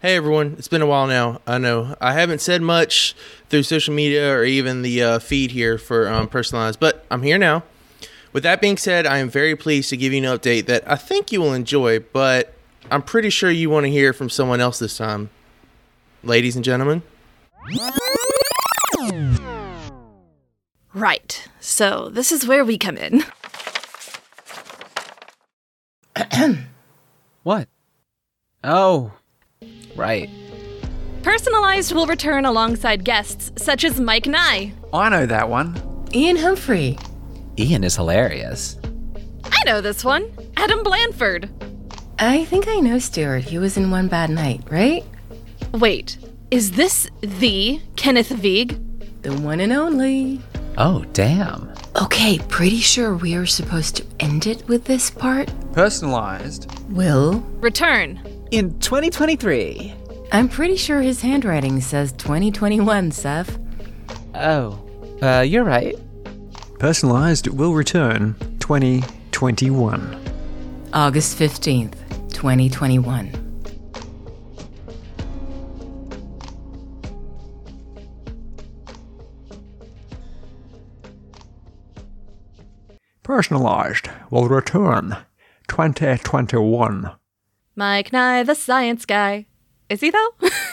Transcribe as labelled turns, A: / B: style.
A: Hey everyone, it's been a while now. I know I haven't said much through social media or even the uh, feed here for um, personalized, but I'm here now. With that being said, I am very pleased to give you an update that I think you will enjoy, but I'm pretty sure you want to hear from someone else this time. Ladies and gentlemen,
B: Right. So this is where we come in.
C: What? Oh, right.
B: Personalized will return alongside guests such as Mike Nye.
D: I know that one.
E: Ian Humphrey,
C: Ian is hilarious.
B: I know this one. Adam Blanford.
E: I think I know Stuart. He was in One Bad Night, right?
B: Wait, is this the Kenneth Vig?
E: The one and only.
C: Oh, damn.
E: Okay, pretty sure we are supposed to end it with this part.
D: Personalized.
E: Will?
B: Return.
C: In 2023.
E: I'm pretty sure his handwriting says 2021, Seth.
C: Oh, uh, you're right.
D: Personalized will return 2021.
E: August 15th, 2021.
D: Personalized will return 2021.
B: Mike Nye, the science guy. Is he though?